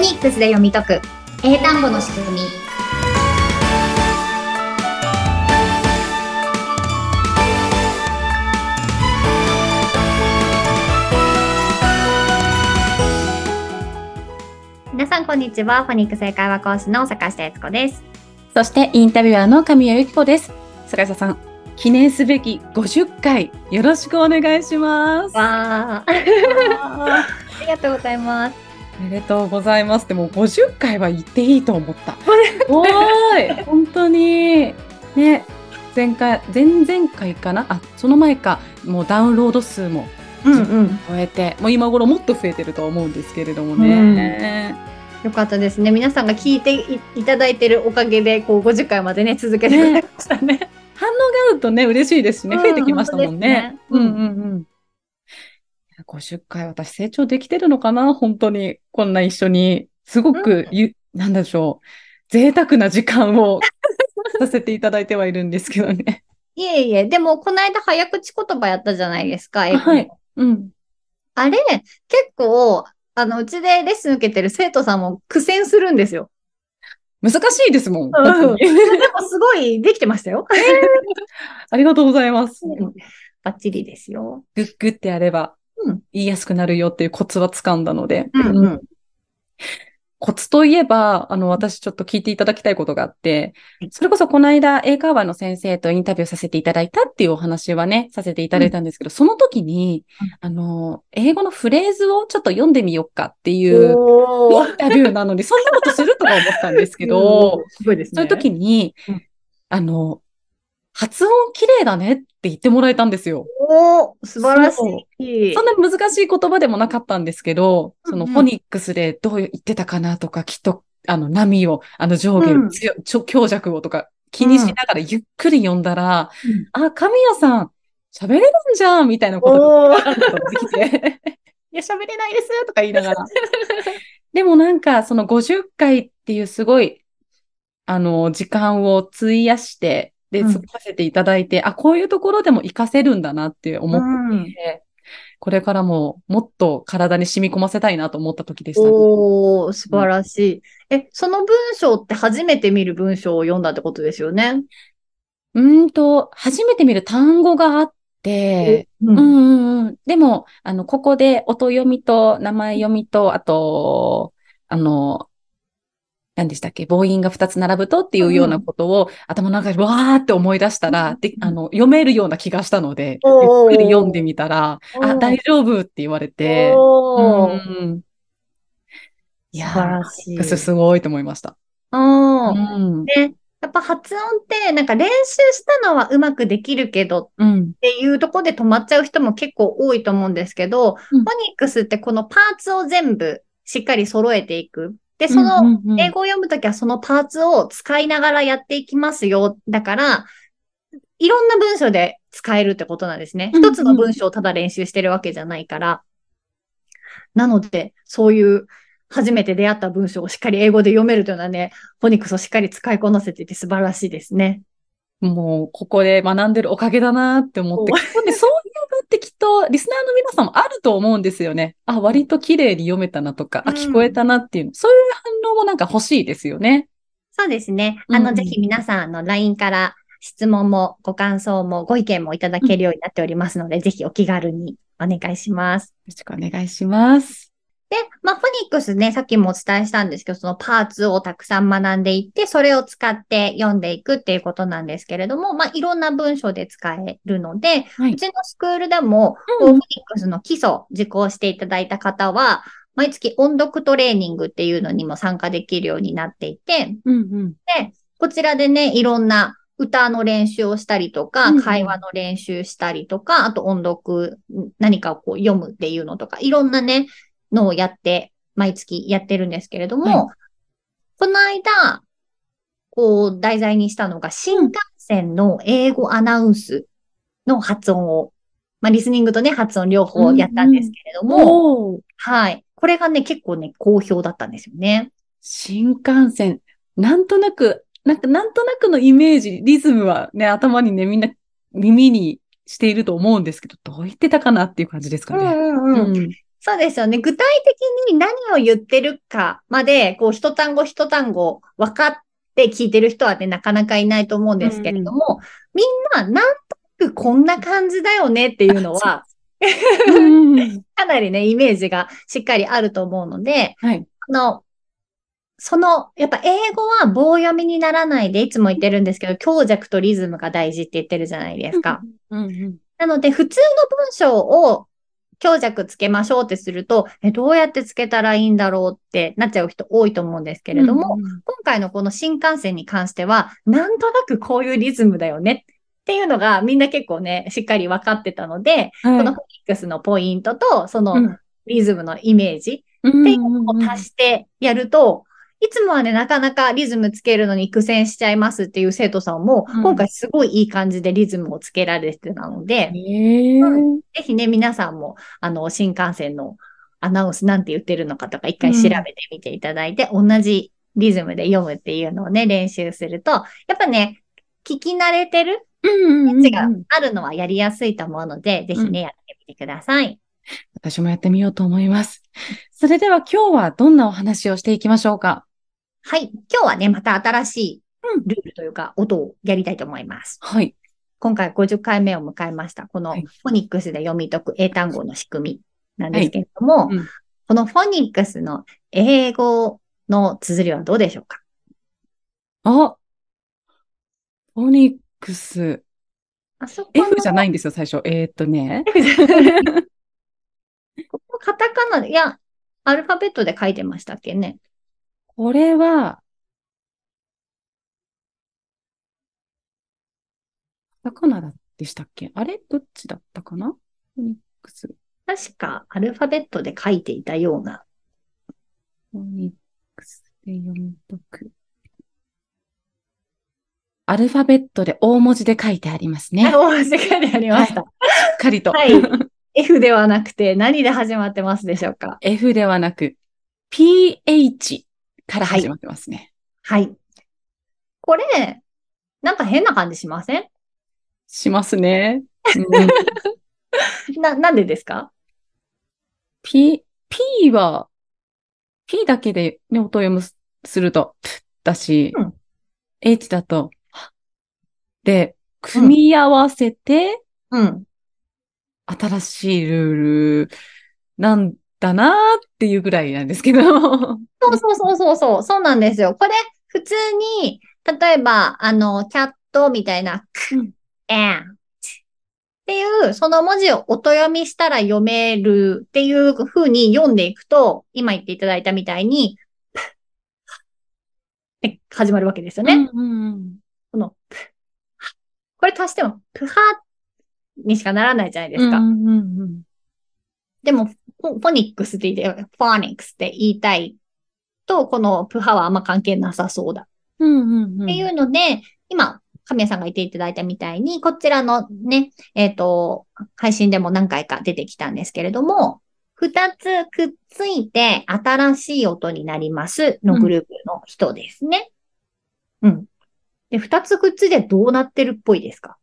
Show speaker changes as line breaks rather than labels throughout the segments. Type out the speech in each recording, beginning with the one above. ニックスで読み解く英単語の仕組み皆さんこんにちはフォニックス英会話講師の坂下悦子です
そしてインタビュアーの神谷由紀子です。坂下さん、記念すべき50回よろしくお願いします。あ
わあありがとうございます
りがとうございます。でも50回は言っていいと 思った。おーい、本当にね。前回前々回かなあその前かもうダウンロード数も
うんうん
超えてもう今頃もっと増えてると思うんですけれどもね、
よかったですね皆さんが聞いていいただいてるおかげでこう50回までね続けてくれましたね
反応があるとね嬉しいですしね
うん
増えてきましたもんね。
本当ですね
うんうんうん50回私成長できてるのかな本当にこんな一緒にすごくゆ、なんでしょう贅沢な時間を させていただいてはいるんですけどね。
いえいえ、でも、この間早口言葉やったじゃないですか、英語の
はいうん、
あれ、結構、あの、うちでレッスン受けてる生徒さんも苦戦するんですよ。
難しいですもん。
うん
本当に
でも、すごいできてました よ。
ありがとうございます。
バッチリですよ。
グッグってやれば
うん
言いやすくなるよっていうコツは掴んだので。
うんうん
コツといえば、あの、私ちょっと聞いていただきたいことがあって
はい、
それこそこの間、英会話の先生とインタビューさせていただいたっていうお話はね、させていただいたんですけど、その時に、あの、英語のフレーズをちょっと読んでみようかっていうイ
おー。
ンタビューなのに、そんなことするとか思ったんです けど、
すごいですね。
そういう時に
うん、
あの、発音綺麗だねって言ってもらえたんですよ。
おー、素晴らしい。
そんなに難しい言葉でもなかったんですけど、
うんう
そ
ん
のフォニックスでどう言ってたかなとか、きっと、あの、波を、あの、上下
うん
を、強ちょ強弱をとか気にしながらゆっくり読んだら、あ、神谷さん、喋れるんじゃんみたいなことが
おー。
なんかできて、 いや、喋れないですとか言いながら。 でもなんか、その50回っていうすごい、あの、時間を費やして、で、
うん
過ごさせていただいて、あ、こういうところでも活かせるんだなって思って
うん
これからももっと体に染み込ませたいなと思った時でしたね、
おー、素晴らしい。え、その文章って初めて見る文章を読んだってことですよね。
うーんと、初めて見る単語があって、
う
うんう。んうん。でも、あの、ここで音読みと名前読みと、あと、あの、何でしたっけ母音が2つ並ぶとっていうようなことを、頭の中でわーって思い出したら、であの読めるような気がしたので、
おー
ゆっくり読んでみたら、
お
あ、
ー
大丈夫って言われて、
おー。
うん、いや
素晴
ー、
らしい。
すごいと思いました。
うん。
ん。
ね。やっぱ発音って、なんか練習したのはうまくできるけどっ
うん。
ていうところで止まっちゃう人も結構多いと思うんですけど、
うん
フォニックスってこのパーツを全部しっかり揃えていく。で、その、英語を読むときはそのパーツを使いながらやっていきますよ。だから、いろんな文章で使えるってことなんですね。
うんうん
一つの文章をただ練習してるわけじゃないから。なので、そういう初めて出会った文章をしっかり英語で読めるというのはね、フォニックスをしっかり使いこなせていて素晴らしいですね。
もう、ここで学んでるおかげだなって思って、
お
ここねそういうのってきっと、リスナーの皆さんもあると思うんですよね。あ、割と綺麗に読めたなとか、あ、
うん
聞こえたなっていう、そういう反応もなんか欲しいですよね。
そうですね。あの、
うん
ぜひ皆さん、あの、LINE から質問もご感想もご意見もいただけるようになっておりますので、ぜひお気軽にお願いします。
よろしくお願いします。
で、まあ、フォニックスね、さっきもお伝えしたんですけど、そのパーツをたくさん学んでいって、それを使って読んでいくっていうことなんですけれども、まあ、いろんな文章で使えるので、
はいう
ちのスクールでも、
う
こ
ん
うフォニックスの基礎を受講していただいた方は、毎月音読トレーニングっていうのにも参加できるようになっていて、
うんうん。
こちらでね、いろんな歌の練習をしたりとか、
うんうん
会話の練習したりとか、あと音読、何かをこう読むっていうのとか、いろんなね、のをやって、毎月やってるんですけれども、この間、こう、題材にしたのが、新幹線の英語アナウンスの発音を、まあ、リスニングとね、発音両方やったんですけれども、
もう、
はい。これがね、結構ね、好評だったんですよね。
新幹線、なんとなく、なんか、なんとなくのイメージ、リズムはね、頭にね、みんな耳にしていると思うんですけど、どう言ってたかなっていう感じですかね。
んうん
うん
そうですよね。具体的に何を言ってるかまで、こう、一単語一単語分かって聞いてる人はね、なかなかいないと思うんですけれども、みんな、なんとなくこんな感じだよねっていうの は、
うん
かなりね、イメージがしっかりあると思うので、
はい。
あの、その、やっぱ英語は棒読みにならないで、いつも言ってるんですけど、強弱とリズムが大事って言ってるじゃないですか。
うんうん
なので、普通の文章を強弱つけましょうってすると、え、どうやってつけたらいいんだろうってなっちゃう人多いと思うんですけれども、
うんうん
今回のこの新幹線に関しては、なんとなくこういうリズムだよねっていうのがみんな結構ね、しっかり分かってたので、
はい
このフォニックスのポイントと、その
うん
リズムのイメージっていうのを足してやると、いつもはね、なかなかリズムつけるのに苦戦しちゃいますっていう生徒さんも、
うん
今回すごいいい感じでリズムをつけられてたので、
へー
ぜひね、皆さんも、あの、新幹線のアナウンスなんて言ってるのかとか、一回調べてみていただいて、同じリズムで読むっていうのをね、練習すると、やっぱね、聞き慣れてる
うんうんうん
位置があるのはやりやすいと思うので、ぜひね、やってみてください。
私もやってみようと思います。それでは今日はどんなお話をしていきましょうか
はい。今日はね、また新しい
うん
ルールというか、音をやりたいと思います。
はい。
今回50回目を迎えました。この
は
フ
い
ォニックスで読み解く英単語の仕組みなんですけれども、
はいうん
このフォニックスの英語の綴りはどうでしょうか
あフォニックス。
あそこの
F じゃないんですよ、最初。えーっとね。
ここカタカナ、いや、アルファベットで書いてましたっけね。
これは、カタカナでしたっけあれどっちだったかなフォニックス。フ
確かアルファベットで書いていたような。
ォニックスで読み解く。アルファベットで大文字で書いてありますね。しっ
お世界でありました。
かりと。
はい。F ではなくて何で始まってますでしょうか
F ではなく、PH から始まってますね。
はい。これ、なんか変な感じしません
しますね。
な、なんでですか
P、P は、P だけで、ね、音を読むす、すると、プだし、
うん
H だと、はで、組み合わせて、
うん。
新しいルール、なんだなーっていうぐらいなんですけど。
そうそうそうそうそう、そうなんですよ。これ、普通に、例えば、あの、キャットみたいな、
う
く
ん、
えん、っていう、その文字を音読みしたら読めるっていう風に読んでいくと、今言っていただいたみたいに、プッって始まるわけですよね。
うんうん
これ足しても、プハにしかならないじゃないで
う
す
ん。
か。
うんうんうん。
でも、フォフォニックスって言って、フォニックスって言いたいと、このプハはあんま関係なさそうだ。
うんうんうん。
っていうので、今、神谷さんが言っていただいたみたいに、こちらのね、えっ、と、配信でも何回か出てきたんですけれども、二つくっついて新しい音になりますのグループの人ですね。うん。で、二つくっついてどうなってるっぽいです か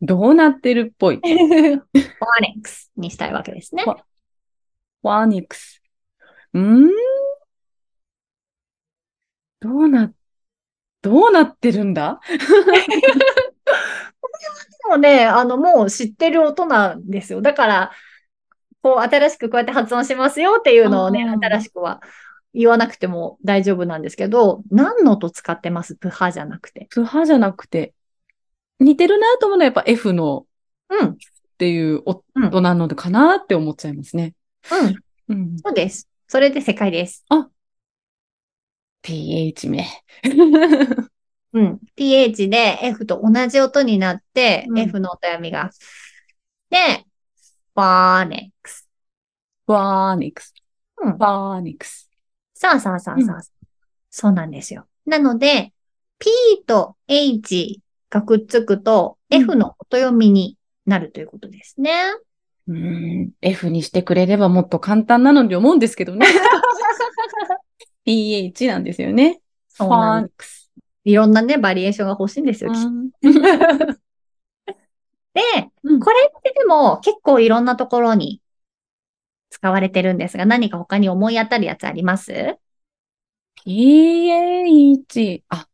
どうなってるっぽい。
フォアレックスにしたいわけですね。
フォフォニックス。うーんどうな、どうなってるんだ
でもね、あの、もう知ってる音なんですよ。だから、こう、新しくこうやって発音しますよっていうのをね、
あー
新しくは言わなくても大丈夫なんですけど、何の音使ってますプハじゃなくて。
プハじゃなくて、似てるなと思うのはやっぱ F の
うん、うん、
っていう
うん
音なのでかなって思っちゃいますね。
そ
うん。
うです。それで正解です。
PH め。
うん。ph で f と同じ音になって、
うん
f の音読みが。で、ファーネックス。
フォニックス。
うん
フォニックス。
さあさあさあさあ。そうなんですよ。なので、P と H がくっつくと、
うん
F の音読みになるということですね。
うーん。F にしてくれればもっと簡単なのに思うんです けどね。PH なんですよね。
そう
フォ
なん
ニ
で
ックス。
いろんなね、バリエーションが欲しいんですよ。きっとで、
うん
これってでも結構いろんなところに使われてるんですが、何か他に思い当たるやつあります
PH。あ、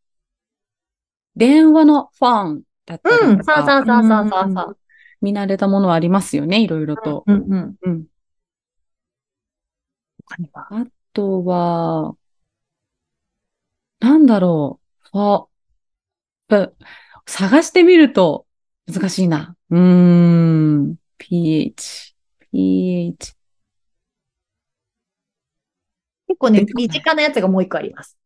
電話のファンだったりとか。
うん、そうそうそうそうそうそ
ん
う。
見慣れたものはありますよね、いろいろと。
うんうん。
うん。
他には。
あとは、なんだろう。あ、あ探してみると難しいな。うーん。pH。pH。
結構ね
出て、こない
身近なやつがもう一個あります。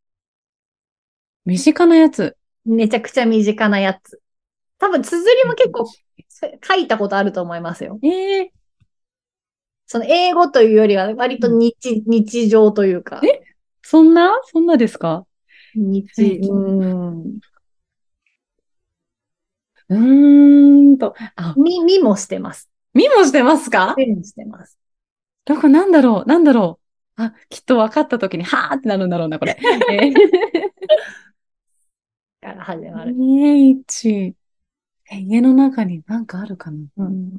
身近なやつ。
めちゃくちゃ身近なやつ。多分、綴りも結構書いたことあると思いますよ。
ええ
その英語というよりは、割と日、日常というか。
えそんなそんなですか
日、
最近
うん。
うーんと。あ、
み、みもしてます。
見もしてますか
みもしてます。
どこなんだろうなんだろうあ、きっと分かった時に、はーってなるんだろう な、これ。えー
から始まる。
PH。え家の中に何かあるかな
うん。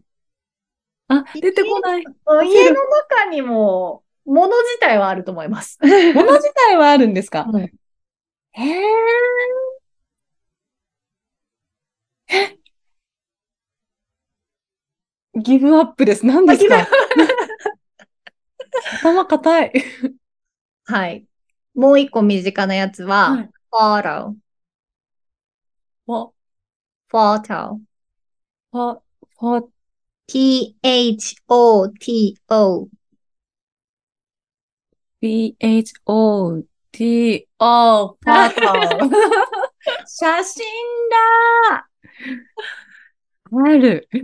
あ、出てこない。
家の中にも、もの自体はあると思い ます。
物自体はあるんですか
うん
へえ。えギブアップです。何です
あ
か 頭固い。
はい。もう一個身近なやつは、
はい
フォロー、
フ
フォト、
ォ、フォ、
P-H-O-T-O。
B H O T O フォト。写真だある。 あ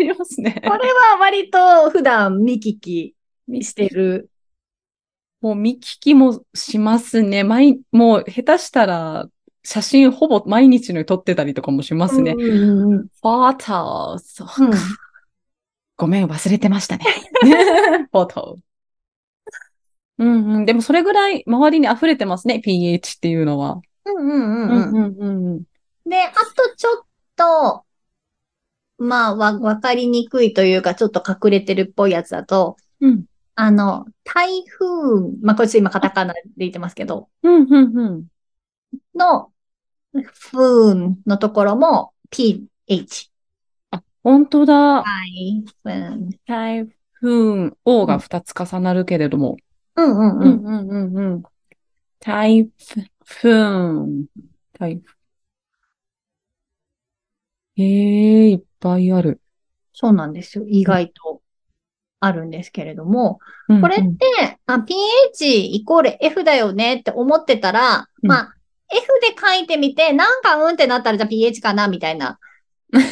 りますね。
これは割と普段見聞きしてる。
もう見聞きもしますね。毎、もう下手したら写真ほぼ毎日のように撮ってたりとかもしますね。
うんうんうん
フォトそうか、
うん
ごめん、忘れてましたね。フォトうんうん。でもそれぐらい周りに溢れてますね。PH っていうのは。
うんうんう
う
んうん
んうんうん。
で、あとちょっと、まあ、わ、わかりにくいというか、ちょっと隠れてるっぽいやつだと、
うん。
あの、台風、まあ、これちょっと今カタカナで言ってますけど、
うんうんうん。
の、ふーんのところも、ph。
本当だ。
台風。
台風、O が2つ重なるけれども。
うんうん
う
うん
ん。うんうんうん。台風。台風。ええいっぱいある。
そうなんですよ。意外とあるんですけれども、
うん
これっ
うん
て、あ、pH イコール F だよねって思ってたら、
うん
まあ、F で書いてみて、なんかうんってなったら、じゃあ pH かなみたいな感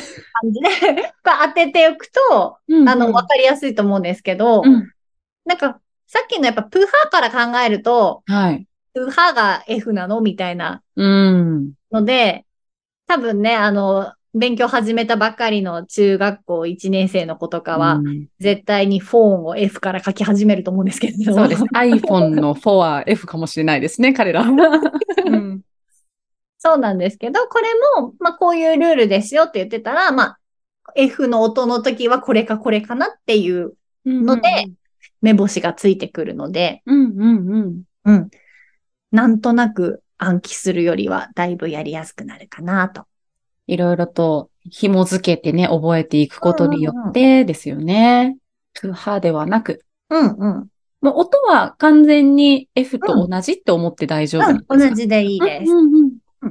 じで、 こう当てていくと、
うんうん
あの、わかりやすいと思うんですけど、
うん
なんか、さっきのやっぱプハから考えると、
はい。
プハが F なのみたいな
うん。
ので、多分ね、あの、勉強始めたばっかりの中学校1年生の子とかは、
うん
絶対にフォンを F から書き始めると思うんですけれども。
そうです。iPhone の4は F かもしれないですね、彼ら。うん。
そうなんですけど、これも、まあ、こういうルールですよって言ってたら、まあ、F の音の時はこれかこれかなっていう ので、目星がついてくるので、
うんうんうん。
うん。なんとなく暗記するよりは、だいぶやりやすくなるかなと。
いろいろと紐付けてね、覚えていくことによってですよね。プハではなく。
うんうん。
もう音は完全に F と同じって思って大丈夫なんですか、
うん、同じでいいです。
うんうんうん
うん
あ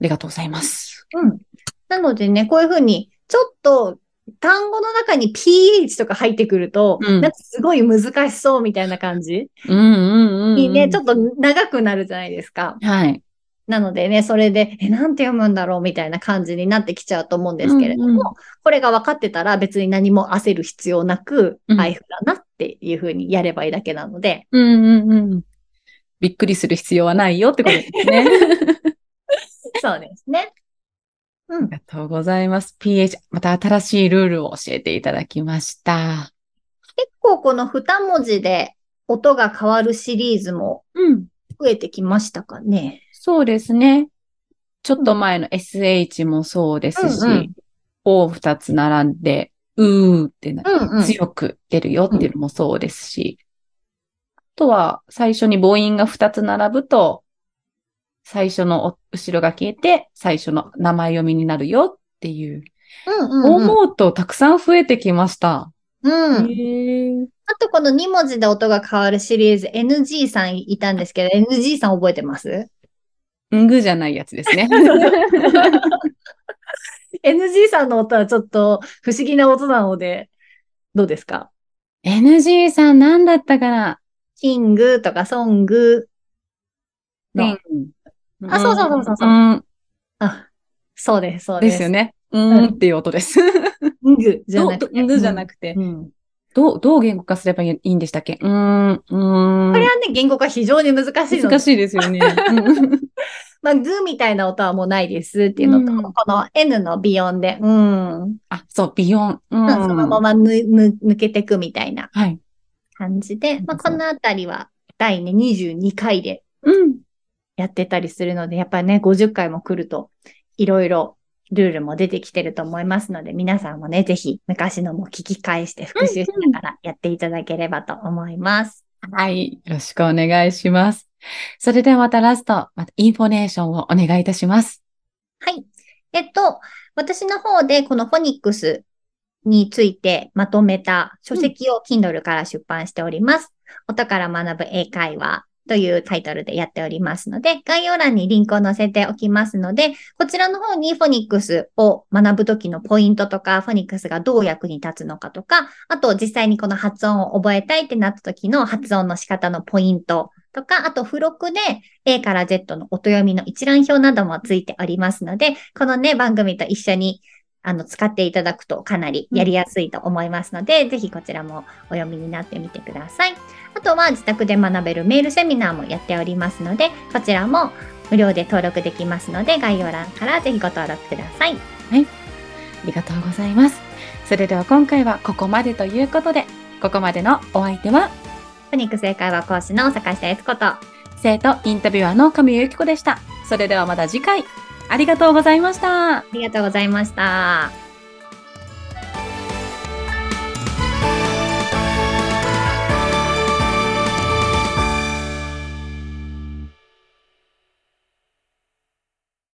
りがとうございます。
うん。なのでね、こういうふうに、ちょっと単語の中に pH とか入ってくると、
うん
なんかすごい難しそうみたいな感じ
うんうんうん、うん。
にね、ちょ
っ
っと長くなるじゃないですか。
と。はい。
なのでね、それで、え、なんて読むんだろうみたいな感じになってきちゃうと思うんですけれども、
うんうん
これが分かってたら別に何も焦る必要なく、
うん
配布だなっていうふうにやればいいだけなので、
うんうんうん。びっくりする必要はないよっ てことですね。
そうですね。う
あ
ん
り。がとうございます。PH、また新しいルールを教えていただきました。
結構この二文字で音が変わるシリーズも
うん。
増えてきましたかね。
そうですね。ちょっと前の SH もそうですし、
うんうん
O2 つ並んで、うーってな、
うんうん。
強く出るよっていうのもそうですし、あとは最初に母音が2つ並ぶと、最初のお後ろが消えて、最初の名前読みになるよっていう、
うんうんうん。
思うとたくさん増えてきました。
うん。
へー
あとこの2文字で音が変わるシリーズ NG さんいたんですけど、NG さん覚えてます
うんぐじゃないや つですね。
?NG さんの音はちょっと不思議な音なので、どうですか
NG さん何だったかな
キングとかソングの。あそうそうそうそうそうんあ、そうです、そうで。
ですすよね。うーんっていう音です。
ングじゃ
ど
なくて。
どんじゃなくて。
うん。
どう、どう言語化すればいいんでしたっけうーん、うーん。
これはね、言語化非常に難しいので
難しいですよね。うん
まあ、グーみたいな音はもうないですっていうのと、
うん
この N の鼻音で、うん、
あ、そう、ビヨン。うん。
まあそのままぬぬ抜けてくみたいな
はい。
感じで、まあ、
そ
こ
う
のあたりは第、ね、22回で
うん。
やってたりするので、やっぱりね、50回も来ると、いろいろルールも出てきてると思いますので、皆さんもね、ぜひ昔のも聞き返して復習しながらやっていただければと思います。
はい。よろしくお願いします。それではまたラスト、またインフォネーションをお願いいたします。
はい。えっと、私の方でこのフォニックスについてまとめた書籍を Kindle から出版しております。音から学ぶ英会話というタイトルでやっておりますので、概要欄にリンクを載せておきますので、こちらの方にフォニックスを学ぶときのポイントとか、フォニックスがどう役に立つのかとか、あと実際にこの発音を覚えたいってなった時の発音の仕方のポイントとか、あと付録で A から Z の音読みの一覧表などもついておりますので、このね、番組と一緒にあの使っていただくとかなりやりやすいと思いますので、ぜひこちらもお読みになってみてください。あとは自宅で学べるメールセミナーもやっておりますので、こちらも無料で登録できますので、概要欄からぜひご登録ください。
ありがとうございます。それでは今回はここまでということで、ここまでのお相手は、
フォニックス英会話講師の坂下悦子と、
生徒インタビュアーの神谷由紀子でした。それではまた次回、ありがとうございました。
ありがとうございました。